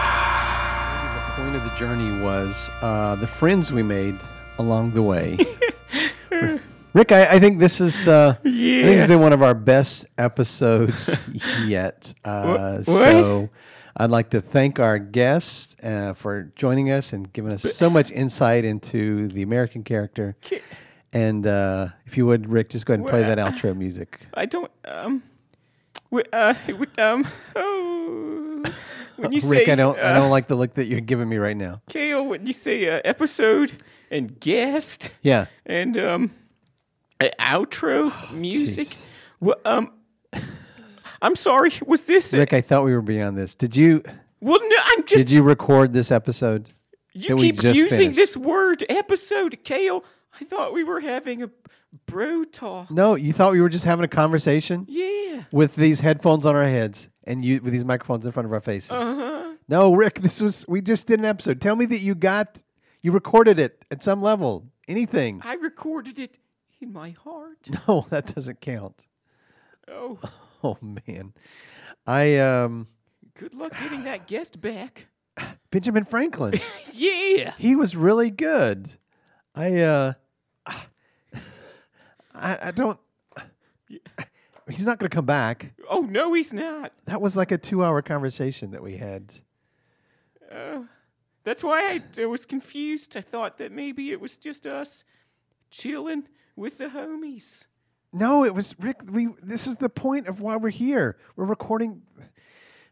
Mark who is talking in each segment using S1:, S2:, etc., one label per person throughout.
S1: The point of the journey was uh, the friends we made along the way. Rick, I, I think this is uh, I think it's been one of our best episodes yet. Uh, So I'd like to thank our guests uh, for joining us and giving us so much insight into the American character. And uh, if you would, Rick, just go ahead and play that outro music.
S2: I don't. Um. We, uh. We, um. Oh. When you
S1: Rick,
S2: say
S1: I don't
S2: uh,
S1: I don't like the look that you're giving me right now.
S2: Kale, when you say uh, episode and guest
S1: Yeah.
S2: and um, uh, outro music.
S1: Oh, Jeez.
S2: Well, um. I'm sorry. Was this?
S1: Rick, I thought we were beyond this. Did you
S2: well, no. I'm just.
S1: Did you record this episode?
S2: You
S1: that we
S2: keep
S1: just
S2: using
S1: finished?
S2: this word episode, Kale. I thought we were having a bro talk.
S1: No, you thought we were just having a conversation
S2: Yeah.
S1: with these headphones on our heads and you with these microphones in front of our faces.
S2: Uh-huh.
S1: No, Rick, this was we just did an episode. Tell me that you got you recorded it at some level. Anything.
S2: I recorded it in my heart.
S1: No, that doesn't count.
S2: Oh,
S1: Oh man. I um
S2: good luck getting that guest back.
S1: Benjamin Franklin.
S2: Yeah.
S1: he was really good. I uh I, I don't He's not going to come back.
S2: Oh no, he's not.
S1: That was like a 2-hour conversation that we had.
S2: That's why I, I was confused. I thought that maybe it was just us chilling with the homies.
S1: No, it was Rick. We this is the point of why we're here. We're recording.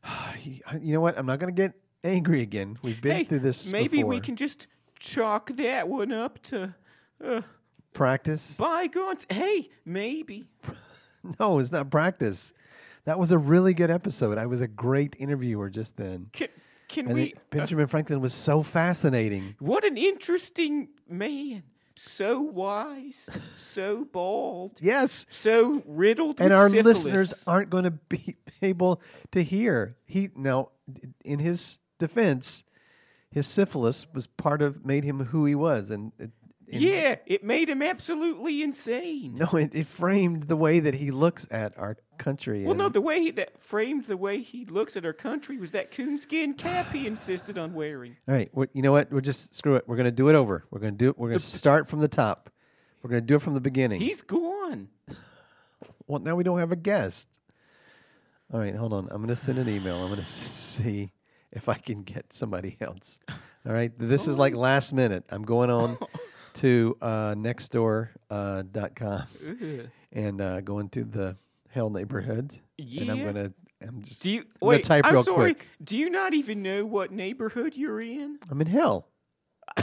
S1: You know what? I'm not going to get angry again. We've been
S2: Hey,
S1: through this.
S2: maybe we
S1: before.
S2: can just chalk that one up to uh,
S1: practice.
S2: bygones. Hey, maybe.
S1: No, it's not practice. That was a really good episode. I was a great interviewer just then.
S2: Can, can
S1: And
S2: we?
S1: it- Benjamin Franklin was so fascinating.
S2: What an interesting man. So wise, so bald,
S1: Yes.
S2: so riddled
S1: And
S2: with
S1: our
S2: syphilis.
S1: listeners aren't going to be able to hear. He now, in his defense, his syphilis was part of made him who he was, and it, in-
S2: Yeah, it made him absolutely insane.
S1: No, it, it framed the way that he looks at our country.
S2: Well, no,
S1: and-
S2: the way he, that framed the way he looks at our country was that coonskin cap he insisted on wearing.
S1: all right. Well, you know what? We're just screw it. We're going to do it over. We're going to do it. We're going to start from the top. We're going to do it from the beginning.
S2: He's gone.
S1: well, now we don't have a guest. All right, hold on. I'm going to send an email. I'm going to see if I can get somebody else. All right. This is
S2: Oh.
S1: like last minute. I'm going on to uh, nextdoor.com uh, dot com and uh, going to the hell neighborhood. And I'm
S2: Yeah.
S1: going to. I'm just.
S2: Do you
S1: I'm gonna
S2: wait?
S1: type
S2: I'm
S1: real
S2: sorry.
S1: quick.
S2: Do you not even know what neighborhood you're in?
S1: I'm in hell.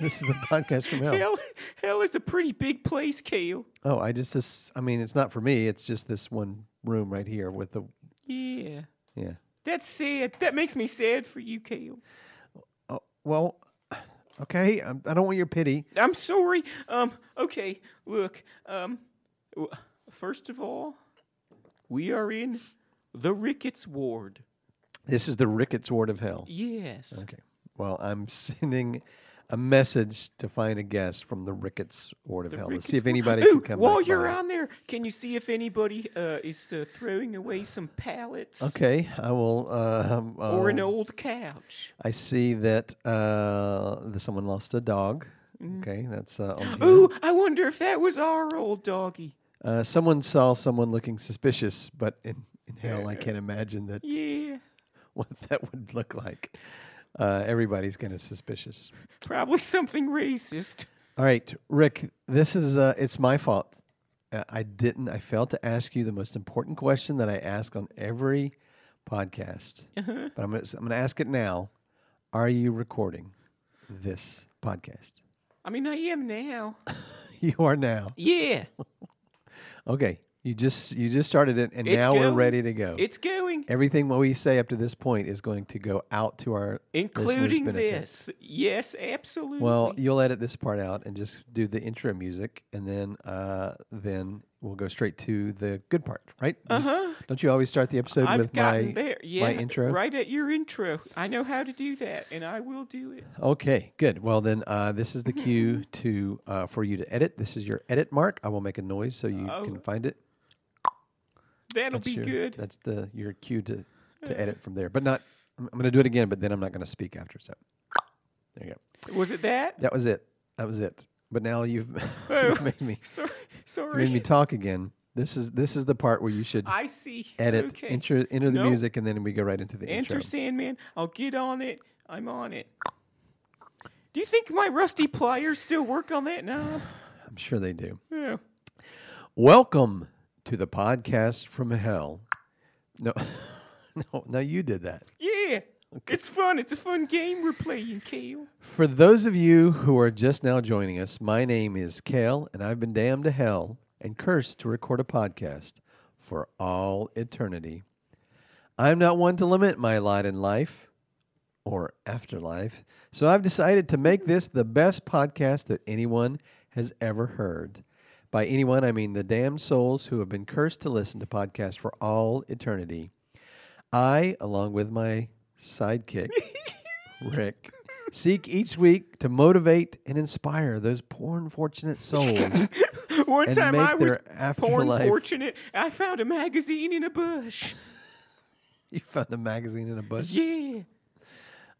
S1: this is the podcast from hell.
S2: Hell, hell is a pretty big place, Kale.
S1: Oh, I just, this, I mean, it's not for me. It's just this one room right here with the,
S2: Yeah,
S1: yeah.
S2: that's sad. That makes me sad for you, Kale.
S1: Well, okay. I'm, I don't want your pity.
S2: I'm sorry. Um, okay, look. Um, w- first of all, we are in the Ricketts ward.
S1: This is the Ricketts Ward of Hell.
S2: Yes.
S1: Okay. Well, I'm sending a message to find a guest from the Ricketts Ward of Hell to see if anybody
S2: Ooh,
S1: can come
S2: while
S1: back
S2: you're
S1: by.
S2: on there, can you see if anybody uh, is uh, throwing away some pallets
S1: Okay. I will, uh, um,
S2: or an
S1: um,
S2: old couch?
S1: I see that uh, the, someone lost a dog. Okay. That's uh, on here.
S2: Ooh, I wonder if that was our old doggy.
S1: Uh, someone saw someone looking suspicious, but in, in hell, I can't imagine that
S2: Yeah,
S1: what that would look like. Uh, everybody's kind of suspicious.
S2: probably something racist.
S1: All right, Rick, this is uh, it's my fault. uh, I didn't. I failed to ask you the most important question that I ask on every podcast.
S2: Uh-huh.
S1: But I'm gonna, I'm gonna ask it now. Are you recording this podcast?
S2: I mean, I am now.
S1: You are now.
S2: Yeah,
S1: Okay. You just you just started it, and
S2: It's
S1: now we're
S2: going.
S1: ready to go.
S2: it's going,
S1: Everything what we say up to this point is going to go out to our listeners'
S2: including
S1: benefit.
S2: this. Yes, absolutely.
S1: Well, you'll edit this part out and just do the intro music, and then uh, then we'll go straight to the good part, right? Uh huh. Don't you always start the episode
S2: Uh-huh. I've
S1: with my
S2: gotten there. Yeah,
S1: my intro?
S2: right at your intro. I know how to do that, and I will do it.
S1: Okay, good. Well, then uh, this is the cue to uh, for you to edit. This is your edit mark. I will make a noise so you
S2: Oh,
S1: can find it.
S2: That'll be
S1: your,
S2: good. Uh.
S1: That's the your cue to to edit from there, but not. I'm, I'm going to do it again, but then I'm not going to speak after. So there you go.
S2: Was it that?
S1: That was it. That was it. But now you've,
S2: Oh,
S1: you've made me
S2: Sorry,
S1: you
S2: sorry.
S1: made me talk again. This is this is the part where you should
S2: I see.
S1: edit,
S2: Okay.
S1: enter, enter the
S2: No.
S1: music, and then we go right into the
S2: Enter
S1: intro.
S2: Sandman. I'll get on it. I'm on it. Do you think my rusty pliers still work on that knob?
S1: I'm sure they do.
S2: Yeah.
S1: Welcome to the podcast from hell. No, no, no, you did that.
S2: Yeah. It's fun. It's a fun game we're playing, Kale.
S1: For those of you who are just now joining us, my name is Kale, and I've been damned to hell and cursed to record a podcast for all eternity. I'm not one to limit my lot in life or afterlife, so I've decided to make this the best podcast that anyone has ever heard. By anyone, I mean the damned souls who have been cursed to listen to podcasts for all eternity. I, along with my sidekick, Rick, seek each week to motivate and inspire those poor, unfortunate souls.
S2: One
S1: And
S2: time
S1: make
S2: I was
S1: their
S2: porn
S1: afterlife-
S2: fortunate. I found a magazine in a bush.
S1: you found a magazine in a bush.
S2: Yeah.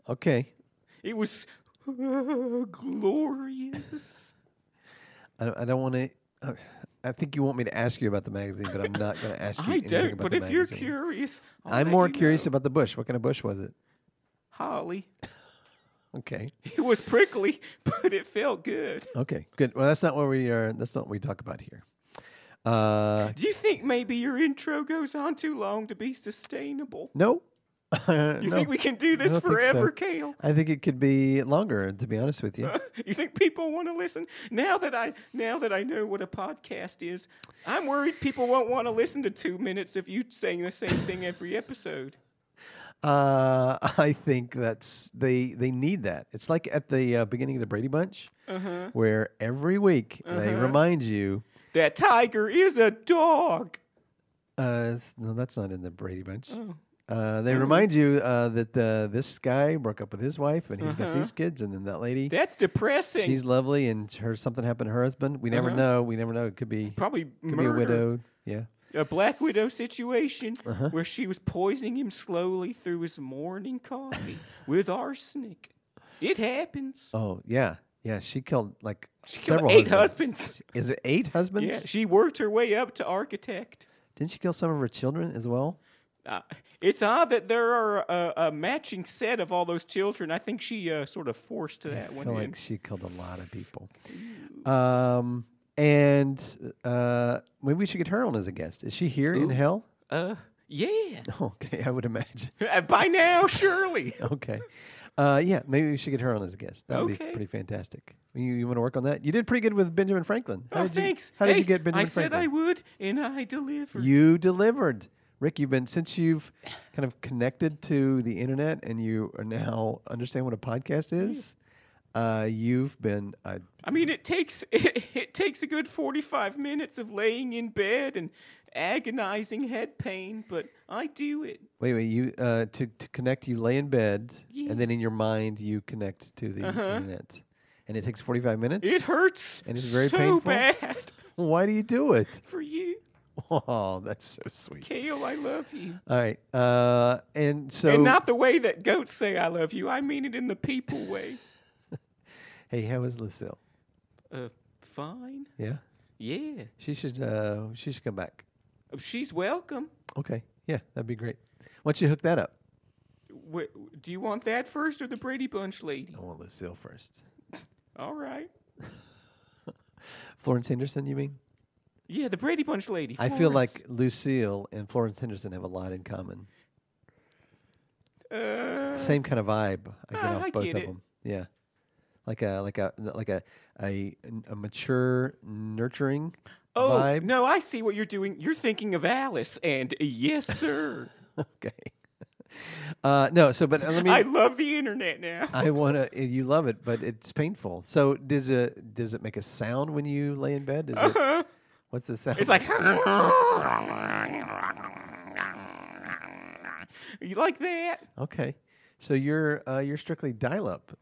S1: Okay.
S2: It was uh, glorious.
S1: I, I don't want to. Uh, I think you want me to ask you about the magazine, but I'm not going to ask you.
S2: I
S1: anything
S2: don't,
S1: about
S2: but
S1: the
S2: if you're
S1: magazine.
S2: curious, I'll
S1: I'm
S2: let
S1: more
S2: you
S1: curious
S2: know.
S1: about the bush. What kind of bush was it?
S2: Holly.
S1: Okay.
S2: It was prickly, but it felt good.
S1: Okay. Good. Well, that's not what we are. That's not what we talk about here. Uh,
S2: Do you think maybe your intro goes on too long to be sustainable?
S1: no.
S2: You think we can do this
S1: don't think so.
S2: forever, Kale?
S1: I think it could be longer, to be honest with you.
S2: You think people want to listen? Now that I now that I know what a podcast is, I'm worried people won't want to listen to 2 minutes of you saying the same thing every episode.
S1: Uh, I think that's they they need that. It's like at the uh, beginning of the Brady Bunch,
S2: Uh-huh.
S1: where every week they remind you.
S2: That tiger is a dog.
S1: Uh, s- no, that's not in the Brady Bunch.
S2: Oh.
S1: Uh, they remind you uh, that uh, this guy broke up with his wife, and he's got
S2: Uh-huh.
S1: these kids, and then that lady,
S2: That's depressing.
S1: she's lovely, and her something happened to her husband. We never know. We never know. It could be
S2: Uh-huh. probably
S1: could
S2: murder.
S1: be widowed. Yeah.
S2: a black widow situation
S1: Uh-huh.
S2: where she was poisoning him slowly through his morning coffee with arsenic. It happens.
S1: Oh yeah, yeah. She killed like
S2: killed
S1: several
S2: eight husbands.
S1: Is it eight husbands?
S2: yeah, she worked her way up to architect.
S1: Didn't she kill some of her children as well?
S2: Uh, it's odd that there are a, a matching set of all those children. I think she uh, sort of forced that
S1: I
S2: one
S1: feel
S2: in.
S1: like she killed a lot of people. Um, and uh, maybe we should get her on as a guest. Is she here in hell?
S2: uh, yeah.
S1: Okay, I would imagine.
S2: By now, surely.
S1: Okay. Uh, yeah, maybe we should get her on as a guest. That would be
S2: Okay.
S1: pretty fantastic. You, you want to work on that? You did pretty good with Benjamin Franklin.
S2: oh,
S1: did you-
S2: thanks.
S1: how did you
S2: Hey,
S1: get Benjamin
S2: I said
S1: Franklin?
S2: I would, and I delivered.
S1: You delivered. Rick, you've been since you've kind of connected to the internet and you are now understand what a podcast is. Uh, you've been a
S2: I mean, it takes it, takes a good forty-five minutes of laying in bed and agonizing head pain, but I do it.
S1: Wait, wait. You uh, to to connect, you lay in bed,
S2: Yeah.
S1: and then in your mind you connect to the
S2: Uh-huh.
S1: internet, and it takes forty five minutes.
S2: It hurts
S1: And it's very
S2: so
S1: painful?
S2: bad
S1: Why do you do it?
S2: for you,
S1: Oh, that's so sweet.
S2: Kale. I love you,
S1: All right, uh, and so
S2: and not the way that goats say "I love you." I mean it in the people way.
S1: hey, how is Lucille?
S2: Uh, fine.
S1: Yeah,
S2: Yeah,
S1: she should uh, she should come back.
S2: Uh, she's welcome.
S1: Okay, yeah, that'd be great. Why don't you hook that up?
S2: Wh- do you want that first or the Brady Bunch lady?
S1: I want Lucille first.
S2: All right.
S1: Florence Henderson, you mean?
S2: Yeah, the Brady Bunch lady.
S1: I feel like
S2: Florence.
S1: Lucille and Florence Henderson have a lot in common.
S2: Uh,
S1: It's the Same kind of vibe I get
S2: Ah,
S1: off
S2: I
S1: both
S2: get
S1: of
S2: it.
S1: them. Yeah, like a like a like a a, a mature, nurturing
S2: oh
S1: vibe.
S2: no, I see what you're doing. You're thinking of Alice, and uh, yes, sir.
S1: Okay. Uh, no, so but uh, let me.
S2: I
S1: I,
S2: love the internet now.
S1: want to. You love it, but it's painful. So does it does it make a sound when you lay in bed? Is it, what's the sound?
S2: Uh-huh. It's like you like that?
S1: okay. So you're uh, you're strictly dial up,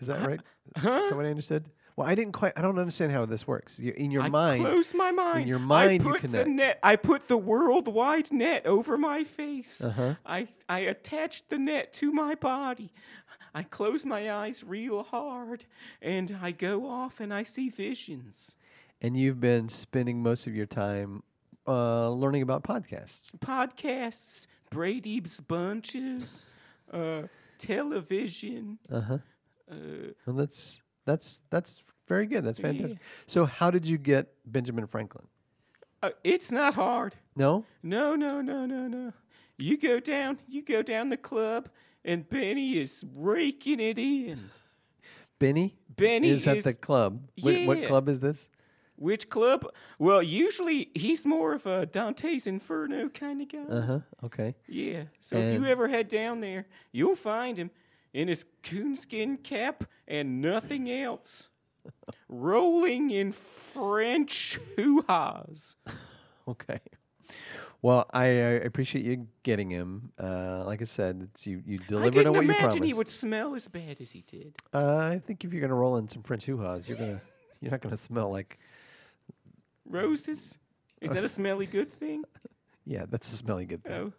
S1: is that right? Is that what I understood? Well, I didn't quite. I don't understand how this works. You, in your mind,
S2: Close my mind.
S1: in your mind,
S2: I
S1: you
S2: put
S1: connect.
S2: the net. I put the worldwide net over my face.
S1: Uh-huh.
S2: I I attached the net to my body. I close my eyes real hard, and I go off and I see visions.
S1: and you've been spending most of your time uh, learning about podcasts.
S2: podcasts, Brady's bunches, uh, television.
S1: Uh. Well, that's that's that's very good. That's fantastic. So, how did you get Benjamin Franklin?
S2: Uh, it's not hard.
S1: No,
S2: No, no, no, no, no. You go down, you go down the club, and Benny is raking it in.
S1: Benny.
S2: Benny
S1: is at the
S2: is-
S1: club. Wait, what
S2: Yeah.
S1: club is this?
S2: Which club? Well, usually he's more of a Dante's Inferno kind of guy.
S1: Uh huh. Okay.
S2: Yeah. So if you
S1: And-
S2: ever head down there, you'll find him in his coonskin cap and nothing else, rolling in French hoo-has.
S1: Okay. Well, I, I appreciate you getting him. Uh, like I said, it's you you
S2: I
S1: delivered
S2: didn't
S1: on what you promised.
S2: imagine he would smell as bad as he did.
S1: uh, I think if you're gonna roll in some French hoo-has, you're gonna you're not gonna smell like
S2: Roses? Is that a smelly good thing?
S1: yeah, that's a smelly good thing.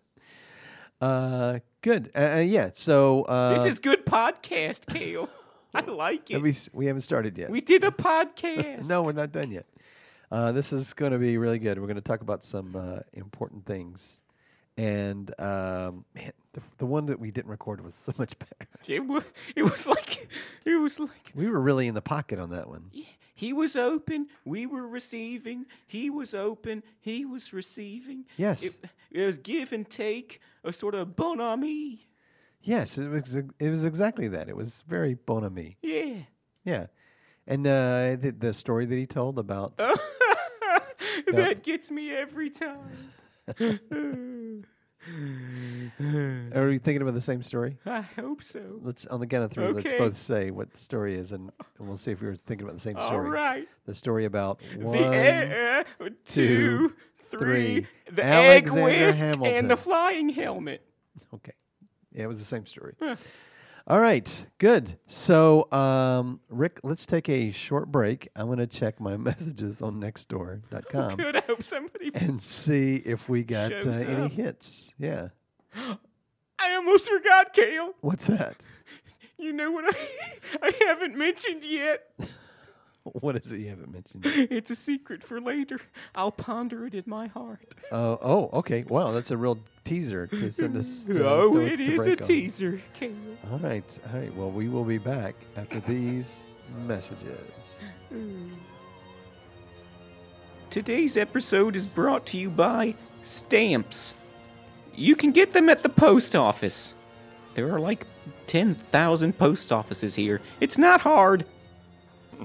S2: Oh.
S1: Uh, good. Uh, uh, yeah. So uh,
S2: This is good podcast, Kale. I like
S1: have
S2: it.
S1: we s- we haven't started yet.
S2: We did a podcast.
S1: No, we're not done yet. Uh, this is going to be really good. We're going to talk about some uh, important things. And um, man, the, the one that we didn't record was so much better.
S2: It was, it was like it was like
S1: We were really in the pocket on that one.
S2: He was open. We were receiving. He was open. He was receiving.
S1: Yes.
S2: It, it was give and take, a sort of bonhomie.
S1: Yes, it was. ex- It was exactly that. It was very bon ami.
S2: Yeah.
S1: Yeah, and uh, the, the story that he told about
S2: that gets me every time.
S1: are we thinking about the same story?
S2: I hope so.
S1: Let's on the count of three. Let's
S2: Okay.
S1: both say what the story is, and, and we'll see if we were thinking about the same
S2: All
S1: story.
S2: right.
S1: The story about one.
S2: the air, uh, two, three.
S1: three.
S2: The
S1: Alexander
S2: egg whisk and
S1: Hamilton.
S2: the flying helmet.
S1: Okay. Yeah, it was the same story. All right, good. So, um, Rick, let's take a short break. I'm going to check my messages on nextdoor.com
S2: Good. I hope somebody.
S1: and see if we got uh,
S2: Shows
S1: any
S2: up.
S1: hits. Yeah.
S2: I almost forgot, Kale.
S1: What's that?
S2: You know what I, I haven't mentioned yet.
S1: What is it you haven't mentioned?
S2: It's a secret for later. I'll ponder it in my heart.
S1: Oh, oh, okay. Wow, that's a real teaser to send us. To,
S2: oh,
S1: to-
S2: it
S1: to
S2: is a
S1: break on.
S2: teaser, Kale.
S1: All right, all right. Well, we will be back after these messages.
S2: Today's episode is brought to you by stamps. You can get them at the post office. There are like 10,000 post offices here. It's not hard.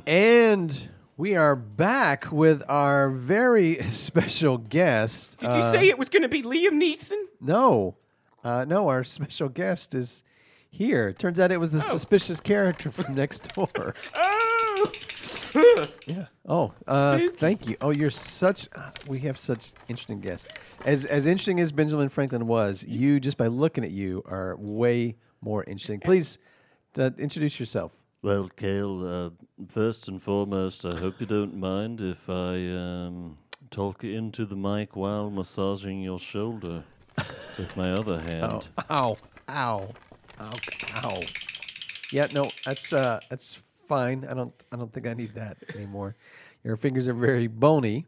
S1: And we are back with our very special guest. Uh,
S2: Did you say it was going to be Liam Neeson?
S1: No, uh, no, our special guest is here. Turns out it was the suspicious character from next door.
S2: Oh!
S1: yeah. Oh, uh,
S2: Spooky.
S1: thank you. Oh, you're such. Uh, we have such interesting guests. As as interesting as Benjamin Franklin was, you just by looking at you are way more interesting. Please uh, introduce yourself.
S3: Well, Cale, uh, first and foremost, I hope you don't mind if I um, talk into the mic while massaging your shoulder with my
S1: Oh,
S3: other hand.
S1: Ow, ow, ow, ow. Yeah, no, that's uh, that's fine. I don't, I don't think I need that anymore. Your fingers are very bony.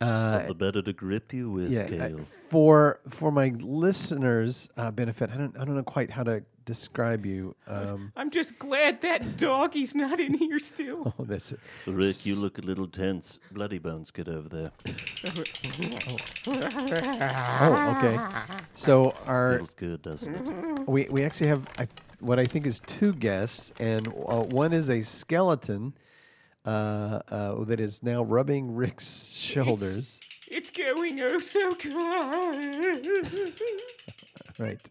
S3: All the better to grip you with,
S1: Yeah, I-
S3: Cale.
S1: for for my listeners' uh, benefit, I don't, I don't know quite how to describe you. Um,
S2: I'm just glad that doggy's not in here still.
S1: oh, that's
S3: Rick, you look a little tense. Bloody bones, get over there.
S1: oh, okay. So our
S3: Feels good, doesn't it?
S1: We we actually have I, what I think is two guests, and uh, one is a skeleton uh, uh, that is now rubbing Rick's shoulders.
S2: It's going oh so good.
S1: Right.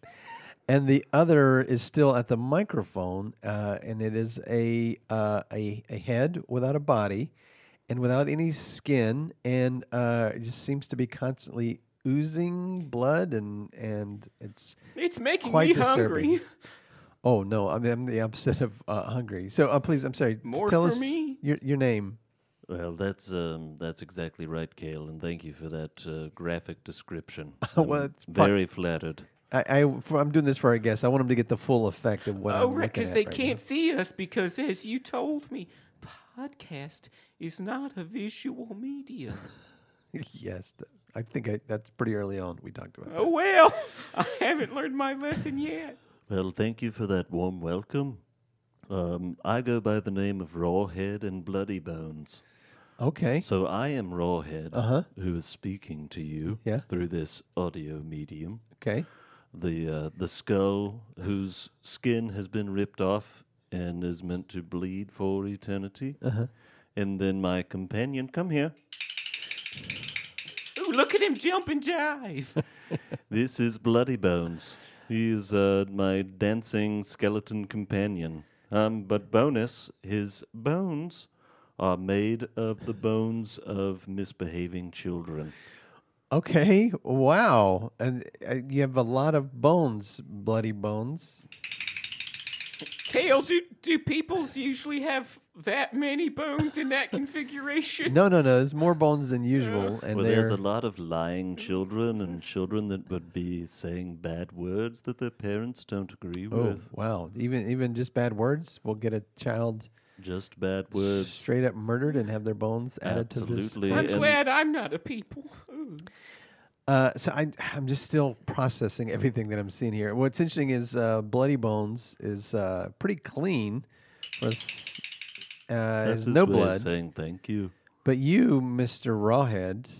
S1: And the other is still at the microphone, uh, and it is a, uh, a a head without a body, and without any skin, and uh, it just seems to be constantly oozing blood, and and it's
S2: It's making
S1: Quite
S2: me
S1: disturbing.
S2: hungry.
S1: Oh no, I'm, I'm the opposite of uh, hungry. So uh, please, I'm sorry. t-
S2: More
S1: tell
S2: for
S1: us
S2: me?
S1: your your name.
S3: Well, that's um, that's exactly right, Cale, and thank you for that uh, graphic description.
S1: Well,
S3: I'm
S1: it's fun-
S3: very flattered.
S1: I, I for, I'm doing this for our guests. I want them to get the full effect of what
S2: Oh,
S1: I'm
S2: right,
S1: looking
S2: because
S1: at
S2: they
S1: right
S2: can't see us because, as you told me, podcast is not a visual media.
S1: now. yes, th- I think I, that's pretty early on. We talked about.
S2: oh, well, I haven't learned my lesson yet.
S3: Well, thank you for that warm welcome. Um, I go by the name of Rawhead and Bloody Bones.
S1: that. Okay.
S3: So I am Rawhead, who is speaking to you
S1: Yeah.
S3: through this audio medium.
S1: Okay.
S3: The uh, the skull whose skin has been ripped off and is meant to bleed for eternity. And then my companion, come here.
S2: Ooh, look at him jump and jive.
S3: This is Bloody Bones. He is uh, my dancing skeleton companion. Um, but bonus, his bones are made of the bones of misbehaving children.
S1: Okay. Wow. And uh, you have a lot of bones, bloody bones.
S2: Kale, do, do peoples usually have that many bones in that configuration?
S1: No, no, no. There's more bones than usual, and
S3: well,
S1: they're
S3: there's a lot of lying children and children that would be saying bad words that their parents don't agree
S1: oh
S3: with.
S1: wow. Even even just bad words will get a child
S3: Just bad words.
S1: straight up murdered and have their bones added to this.
S3: Absolutely.
S2: I'm
S3: and-
S2: glad I'm not a people. Ooh.
S1: Uh, so I, I'm just still processing everything that I'm seeing here. What's interesting is uh, Bloody Bones is uh, pretty clean. For us, uh,
S3: That's
S1: there's
S3: his
S1: no
S3: way Of
S1: blood.
S3: saying thank you.
S1: But you, Mr. Rawhead,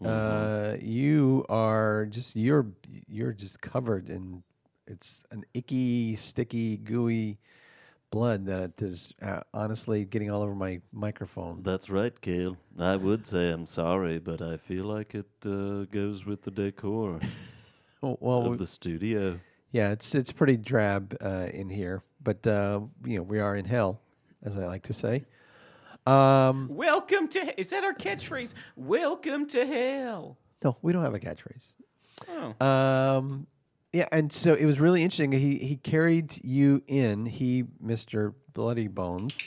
S3: Mm-hmm.
S1: uh, you are just you're you're just covered in it's an icky, sticky, gooey blood that is uh, honestly getting all over my microphone.
S3: That's right, Cale. I would say I'm sorry, but I feel like it uh, goes with the decor
S1: Oh, well, we-
S3: of the studio.
S1: Yeah, it's it's pretty drab uh, in here, but uh, you know we are in hell, as I like to say. Um,
S2: Welcome to he- is that our catchphrase? Welcome to hell.
S1: no, we don't have a catchphrase.
S2: Oh.
S1: Um, yeah, and so it was really interesting. He he carried you in. He, Mister Bloody Bones,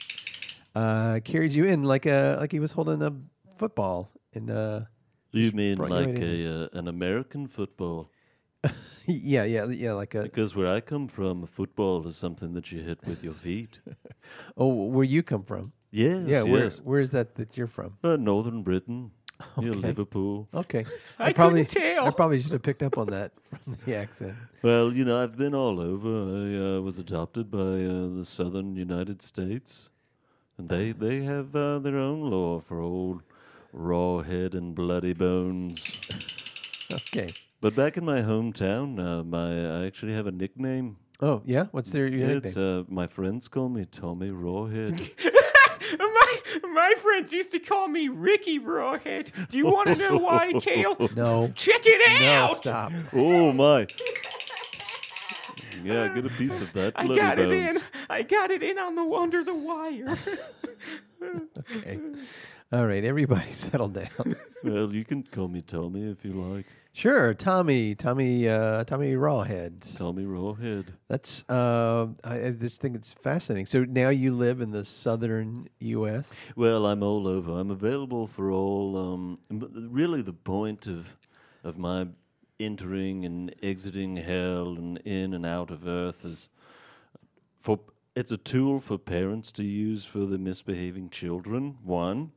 S1: uh, carried you in like a like he was holding a football. And uh,
S3: You mean
S1: brought you right
S3: like a uh, an American football?
S1: yeah, yeah, yeah, like a.
S3: Because where I come from, football is something that you hit with your feet.
S1: Oh, where you come from?
S3: yes,
S1: Yeah, where
S3: yes.
S1: where is that that you're from?
S3: Uh, Northern Britain, near Liverpool.
S1: Okay,
S2: I couldn't
S1: probably I
S2: tell.
S1: probably should have picked up on that from the accent.
S3: Well, you know, I've been all over. I uh, was adopted by uh, the Southern United States, and they they have uh, their own law for old raw head and bloody bones.
S1: Okay.
S3: But back in my hometown, uh, my I actually have a nickname.
S1: Oh yeah, what's their your
S3: It's
S1: nickname?
S3: uh, my friends call me Tommy Rawhead.
S2: My my friends used to call me Ricky Rawhead. Do you want to know why, Kale?
S1: No,
S2: Check it
S1: no,
S2: out.
S1: stop.
S3: oh my! Yeah, get a piece of that
S2: I
S3: bloody
S2: got
S3: bones.
S2: it in. I got it in on the Wonder the Wire.
S1: Okay. All right, everybody, settle down.
S3: Well, you can call me Tommy if you like.
S1: Sure, Tommy, Tommy, uh, Tommy Rawhead.
S3: Tommy Rawhead.
S1: That's uh, I, I just think it's fascinating. So now you live in the southern U.S.
S3: Well, I'm all over. I'm available for all. Um, but th- really, the point of of my entering and exiting hell and in and out of Earth is for it's a tool for parents to use for the misbehaving children. One,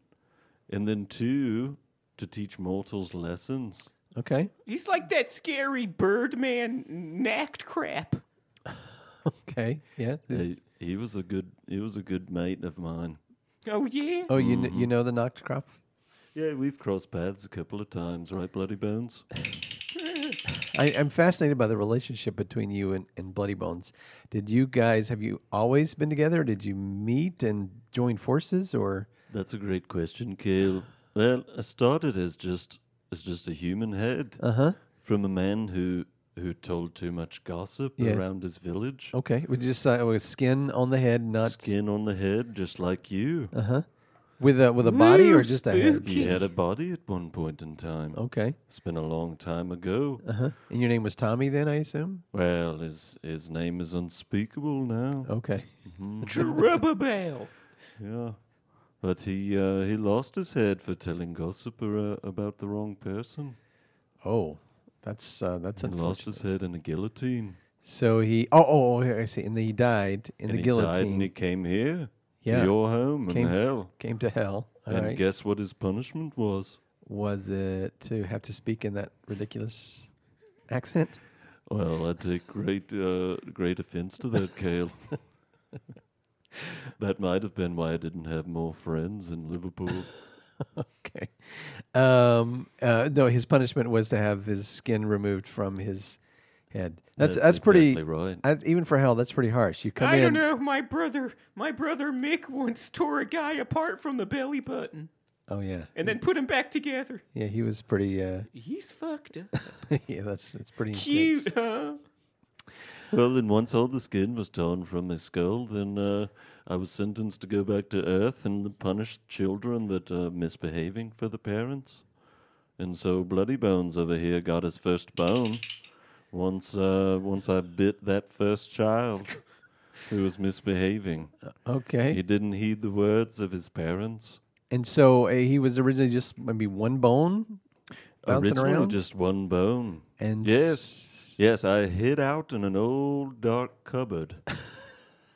S3: and then two, to teach mortals lessons.
S1: Okay.
S2: He's like that scary Birdman knacked crap.
S1: Okay. Yeah.
S3: He, he was a good he was a good mate of mine.
S2: Oh yeah.
S1: oh, you kn- you know the Noctecrop?
S3: Yeah, we've crossed paths a couple of times, right, Bloody Bones?
S1: I, I'm fascinated by the relationship between you and, and Bloody Bones. Did you guys have you always been together? Did you meet and join forces, or
S3: That's a great question, Cale. Well, I started as just as just a human head
S1: Uh-huh.
S3: from a man who who told too much gossip
S1: Yeah.
S3: around his village.
S1: okay, we just uh, with skin on the head, not
S3: Skin on the head, just like you.
S1: Uh-huh. with a with a body or
S2: Woo,
S1: just a head?
S3: He had a body at one point in time.
S1: Okay, Uh-huh.
S3: It's been a long time ago.
S1: and your name was Tommy then, I assume.
S3: Well, his his name is unspeakable now.
S1: Okay,
S3: Mm-hmm.
S2: Jerubbaal.
S3: Yeah, but he uh, he lost his head for telling gossip ar- about the wrong person.
S1: oh, that's uh, that's
S3: He lost
S1: unfortunate.
S3: his head in a guillotine.
S1: So he oh oh okay, I see, and then he died in
S3: and
S1: the
S3: he died
S1: guillotine.
S3: and he came here
S1: Yeah.
S3: to your home
S1: Came-
S3: in hell.
S1: Came to hell. All
S3: and
S1: right.
S3: guess what his punishment was?
S1: Was it to have to speak in that ridiculous accent?
S3: Well, I take great uh, great offense to that, Cale. that might have been why I didn't have more friends in Liverpool.
S1: Okay. Um, uh, no, his punishment was to have his skin removed from his head. That's that's,
S3: That's
S1: pretty
S3: exactly right.
S1: that's- even for hell. That's pretty harsh. You come
S2: I
S1: in.
S2: don't know. My brother, my brother Mick once tore a guy apart from the belly button
S1: Oh yeah,
S2: and then put him back together.
S1: yeah. He was pretty. Uh,
S2: He's fucked up.
S1: yeah, that's that's pretty. intense.
S2: Cute, huh?
S3: well, and once all the skin was torn from his skull, then uh, I was sentenced to go back to Earth and punish children that are misbehaving for the parents. And so Bloody Bones over here got his first bone once uh, once I bit that first child who was misbehaving.
S1: Uh,
S3: He
S1: Okay.
S3: didn't heed the words of his parents.
S1: And so uh, he was originally just maybe one bone bouncing
S3: Originally,
S1: around.
S3: just one bone.
S1: and
S3: yes,
S1: s-
S3: yes, I hid out in an old dark cupboard.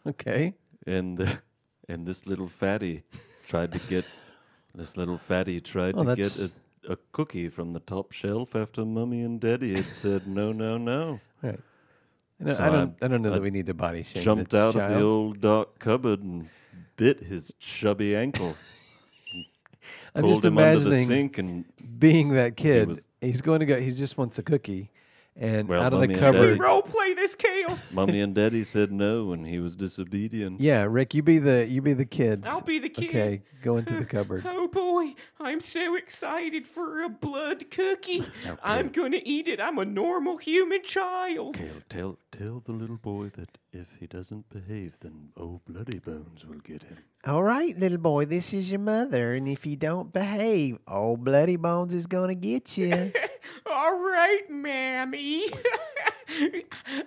S1: Okay.
S3: and the, and this little fatty tried to get this little fatty tried
S1: Oh,
S3: to get
S1: that's-
S3: a, a cookie from the top shelf after mummy and daddy had said no no no
S1: All right. No,
S3: So
S1: I don't. I, don't know
S3: I
S1: that we need to body shame. the
S3: jumped out of the
S1: child.
S3: old dark cupboard and bit his chubby ankle
S1: I'm
S3: pulled
S1: just
S3: him under the
S1: imagining-
S3: sink and
S1: being that kid,
S3: was-
S1: he's going to go. He just wants a cookie, and
S3: Well,
S1: out of the
S3: mommy and
S1: cupboard.
S3: daddy-
S2: Role play this, Kale.
S3: mummy and daddy said no and he was disobedient
S1: Yeah, Rick, you be the you be the kid.
S2: I'll be the kid.
S1: Okay, go into the cupboard.
S2: Oh boy, I'm so excited for a blood cookie. I'm gonna eat it. I'm a normal human child.
S3: Tell, tell, tell the little boy that if he doesn't behave, then old bloody bones will get him.
S1: All right, little boy, this is your mother, and if you don't behave, old bloody bones is gonna get you.
S2: All right, Mammy.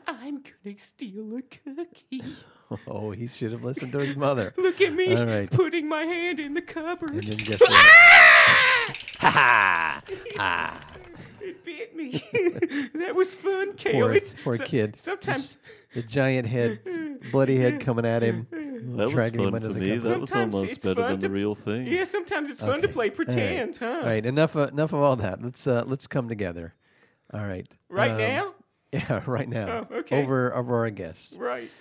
S2: I'm gonna steal a cookie.
S1: oh, he should have listened to his mother.
S2: Look at me
S1: All right.
S2: putting my hand in the cupboard.
S1: And then guess what?
S2: It bit me. that was fun, Kale.
S1: Poor,
S2: It's-
S1: poor
S2: so-
S1: kid.
S2: Sometimes,
S1: the giant head, bloody head coming at him,
S3: That was
S1: dragging him
S3: fun
S1: under
S3: for
S1: the
S3: me.
S1: cupboard.
S3: That was
S2: Sometimes
S3: almost
S2: it's
S3: better
S2: fun
S3: than
S2: to-
S3: the real thing.
S2: yeah, sometimes it's fun to play pretend,
S1: All right.
S2: huh?
S1: All right, enough uh, enough of all that. Let's uh, let's come together. All right.
S2: Right
S1: Um,
S2: now?
S1: Yeah, right now.
S2: Oh, okay.
S1: Over over our guests.
S2: Right.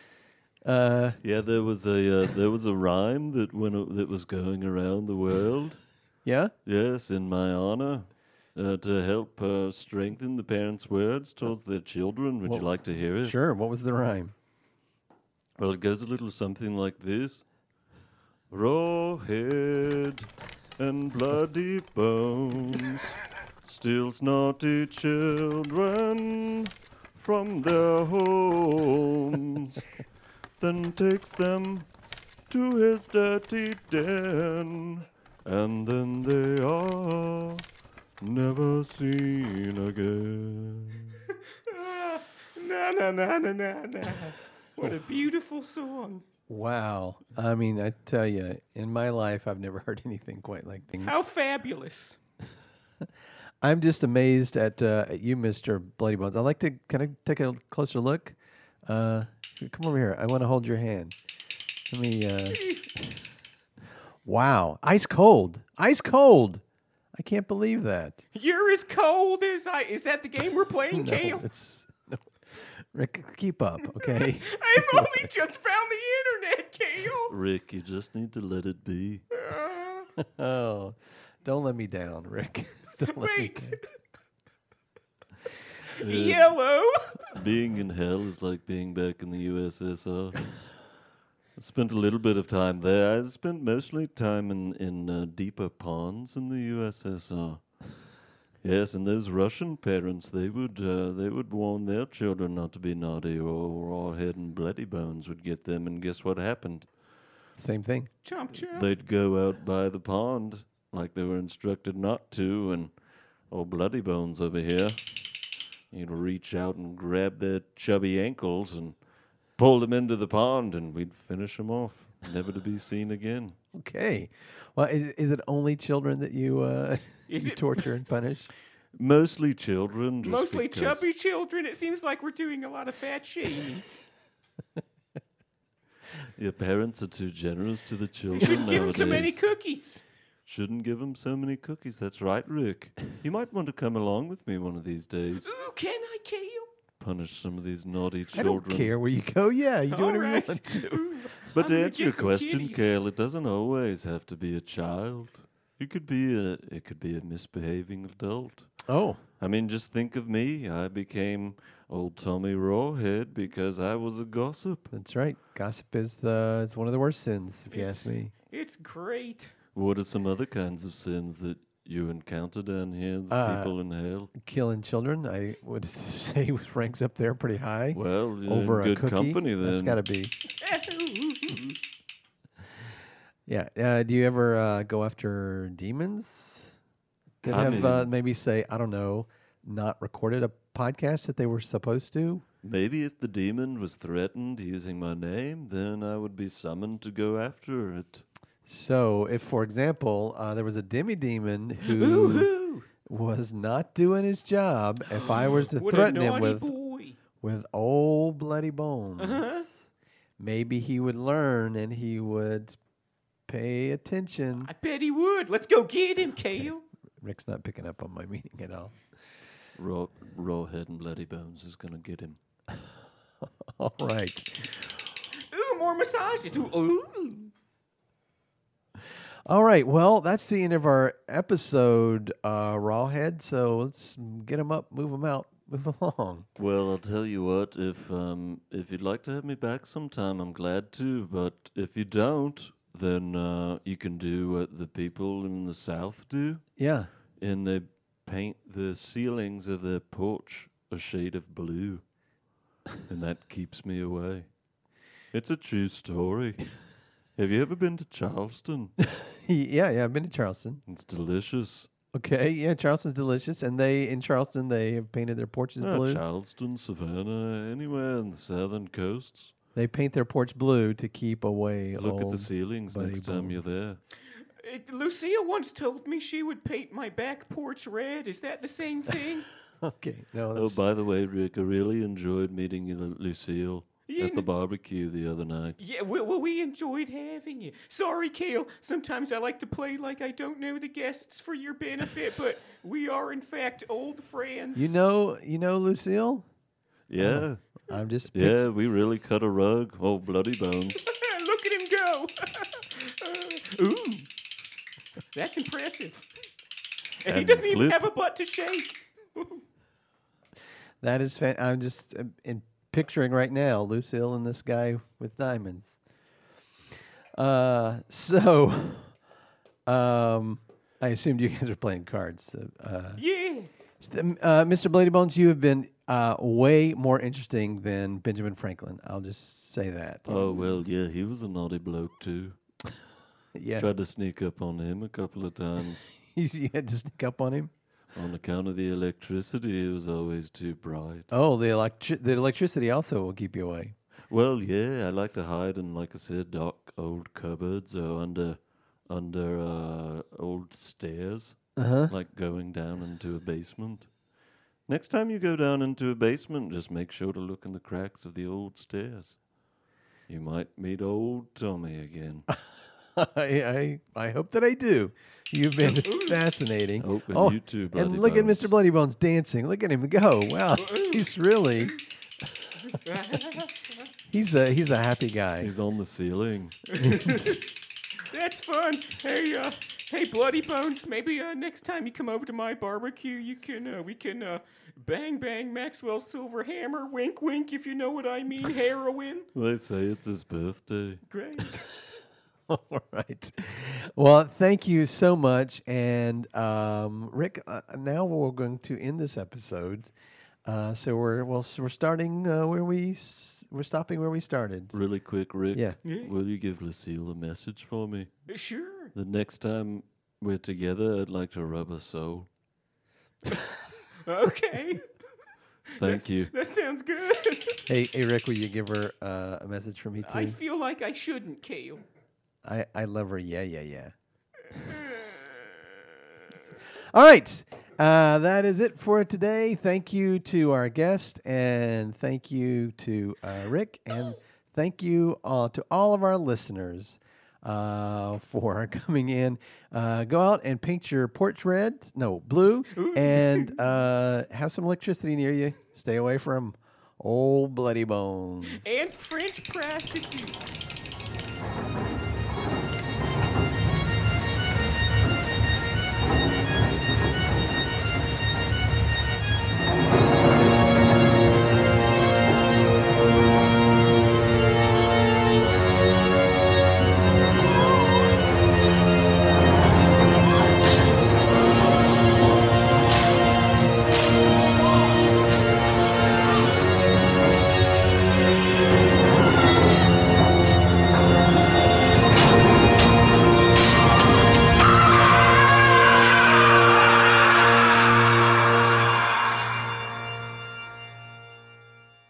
S1: Uh,
S3: Yeah, there was a uh, there was a rhyme that went a- that was going around the world.
S1: yeah.
S3: yes, in my honor, uh, to help uh, strengthen the parents' words towards their children. Would you like to hear it?
S1: Sure. What was the rhyme?
S3: Well, it goes a little something like this: raw head and bloody bones, still snotty children from their homes, then takes them to his dirty den, and then they are never seen again.
S2: Na na na na na na. What a beautiful song.
S1: Wow. I mean, I tell you, in my life, I've never heard anything quite like that.
S2: How fabulous.
S1: I'm just amazed at, uh, at you, Mr. Bloody Bones. I'd like to kind of take a closer look. Uh, come over here. I want to hold your hand. Let me. Uh... Wow. Ice cold. Ice cold. I can't believe that.
S2: You're as cold as I. Is that the game we're playing,
S1: No,
S2: Kale?
S1: it's no, Rick, keep up, okay?
S2: I've only just found the internet, Kale.
S3: Rick, you just need to let it be.
S1: oh, don't let me down, Rick. Don't let me
S2: Wait,
S1: down.
S2: yellow.
S3: Being in hell is like being back in the USSR. I spent a little bit of time there. I spent mostly time in, in uh, deeper ponds in the USSR. Yes, and those Russian parents, they would uh, they would warn their children not to be naughty, or raw head and bloody bones would get them. And guess what happened?
S1: Same thing.
S2: Chomp chomp.
S3: They'd go out by the pond like they were instructed not to, and oh, bloody bones over here. You'd reach out and grab their chubby ankles and pull them into the pond, and we'd finish them off, never to be seen again.
S1: Okay. Well, is, is it only children that you, uh,
S2: Is
S1: you
S2: it-
S1: torture and punish?
S3: Mostly children. Just
S2: Mostly
S3: because-
S2: chubby children. It seems like we're doing a lot of fat shaming.
S3: Your parents are too generous to the
S2: You
S3: children
S2: shouldn't give them
S3: nowadays.
S2: so many cookies.
S3: Shouldn't give 'em so many cookies. That's right, Rick. You might want to come along with me one of these days.
S2: Ooh, can I, Kale?
S3: Punish some of these naughty
S1: I
S3: children.
S1: don't care where you go. Yeah, you do
S2: All
S1: whatever you
S2: right.
S1: want to.
S2: Ooh,
S3: But
S2: I'm
S3: to
S2: gonna get
S3: answer your
S2: some
S3: question,
S2: kitties.
S3: Kale, it doesn't always have to be a child. It could be a it could be a misbehaving adult.
S1: Oh,
S3: I mean, just think of me. I became old Tommy Rawhead because I was a gossip.
S1: that's right. Gossip is uh, it's one of the worst sins, if you ask me.
S2: It's great.
S3: What are some other kinds of sins that you encounter down here, the
S1: Uh,
S3: people in hell?
S1: Killing children, I would say, ranks up there pretty high.
S3: Well, you're
S1: Over
S3: in good
S1: a cookie,
S3: company then.
S1: that's got to be. Yeah. Uh, do you ever uh, go after demons that
S3: I
S1: have
S3: mean-
S1: uh, maybe say, I don't know, not recorded a podcast that they were supposed to?
S3: Maybe if the demon was threatened using my name, then I would be summoned to go after it.
S1: So, if, for example, uh, there was a demi demon who was not doing his job, if I was to
S2: What
S1: threaten
S2: a
S1: him
S2: naughty
S1: with
S2: boy.
S1: with old bloody bones, maybe he would learn and he would pay attention.
S2: I bet he would. Let's go get him, Kale.
S1: Rick's not picking up on my meaning at all.
S3: Raw, Rawhead and Bloody Bones is going to get him.
S1: All right.
S2: Ooh, more massages. Ooh, ooh.
S1: All right. Well, that's the end of our episode, uh, Rawhead. So let's get them up, move them out, move along.
S3: Well, I'll tell you what. If um, if you'd like to have me back sometime, I'm glad to. But if you don't, then uh, you can do what the people in the South do,
S1: Yeah.
S3: and they paint the ceilings of their porch a shade of blue, and that keeps me away. It's a true story. have you ever been to Charleston?
S1: yeah. Yeah. I've been to Charleston.
S3: it's delicious.
S1: Okay. Yeah. Charleston's delicious. And they, in Charleston, they have painted their porches
S3: Ah,
S1: blue.
S3: Charleston, Savannah, anywhere in the southern coasts.
S1: They paint their porch blue to keep away
S3: Look at the
S1: old-
S3: ceilings
S1: Buddy
S3: next time you're
S1: Bones.
S3: there.
S2: It- Lucia once told me she would paint my back porch red. Is that the same thing?
S1: Okay. No,
S3: Oh,
S1: that's,
S3: by the way, Rick, I really enjoyed meeting you, Lu- Lucille,
S2: Yeah,
S3: at the
S2: n-
S3: barbecue the other
S1: Oh,
S3: night.
S2: yeah, well, well, we enjoyed having you. Sorry, Kale. Sometimes I like to play like I don't know the guests for your benefit, but we are, in fact, old friends.
S1: you know, you know, Lucille.
S3: Yeah,
S1: I'm just pict-
S3: yeah, we really cut a rug. Oh, bloody bones!
S2: Look at him go. Uh, ooh. That's impressive. And, he
S3: And
S2: doesn't even
S3: flip.
S2: have a butt to shake.
S1: That is. Fan- I'm just uh, in picturing right now Lucille and this guy with diamonds. Uh, so, um, I assumed you guys were playing cards. so, Uh,
S2: Yeah.
S1: s- um, uh, Mr. Blady Bones, you have been uh, way more interesting than Benjamin Franklin. I'll just say that.
S3: Oh well, yeah, he was a naughty bloke too.
S1: yeah,
S3: Tried to sneak up on him a couple of times
S1: you, you had to sneak up on him.
S3: on account of the electricity. It was always too bright.
S1: Oh, the electri- the electricity also will keep you away.
S3: Well, yeah, I like to hide in, like I said, dark old cupboards or under under uh, old stairs, like going down into a basement. Next time you go down into a basement, just make sure to look in the cracks of the old stairs. You might meet old Tommy again.
S1: I, I I hope that I do. You've been fascinating.
S3: Oh, and you too, Bloody
S1: and look at
S3: Bones.
S1: Mr. Bloody Bones dancing. Look at him go! Wow, he's really He's a he's a happy guy.
S3: He's on the ceiling.
S2: That's fun. Hey, uh, hey, bloody bones. Maybe uh, next time you come over to my barbecue, you can uh, we can uh, bang bang Maxwell Silver Hammer. Wink wink, if you know what I mean. Heroin.
S3: They say it's his birthday.
S2: Great.
S1: All right. Well, thank you so much. And um, Rick, uh, now we're going to end this episode. Uh, so we're well, so we're starting uh, where we s- we're stopping where we started.
S3: Really quick, Rick.
S1: Yeah.
S3: Will you give Lucille a message for me?
S2: sure.
S3: The next time we're together, I'd like to rub her soul.
S2: Okay.
S3: Thank you.
S2: That sounds good.
S1: Hey, hey, Rick, will you give her uh, a message for me
S2: I
S1: too?
S2: feel like I shouldn't, Kale.
S1: I, I love her. Yeah, yeah, yeah. All right. Uh, that is it for today. Thank you to our guest, and thank you to uh, Rick, and thank you uh, to all of our listeners uh, for coming in. Uh, go out and paint your porch red, no, blue, and uh, have some electricity near you. Stay away from old bloody bones.
S2: And French prostitutes.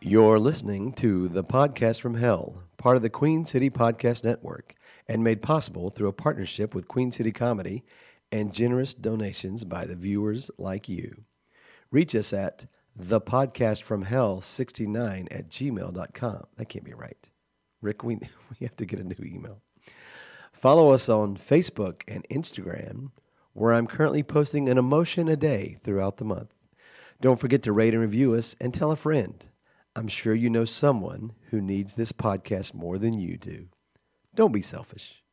S1: You're listening to The Podcast from Hell, part of the Queen City Podcast Network, and made possible through a partnership with Queen City Comedy and generous donations by the viewers like you. Reach us at thepodcastfromhell69 at gmail.com. That can't be right. Rick, we, we have to get a new email. Follow us on Facebook and Instagram, where I'm currently posting an emotion a day throughout the month. Don't forget to rate and review us and tell a friend. I'm sure you know someone who needs this podcast more than you do. Don't be selfish.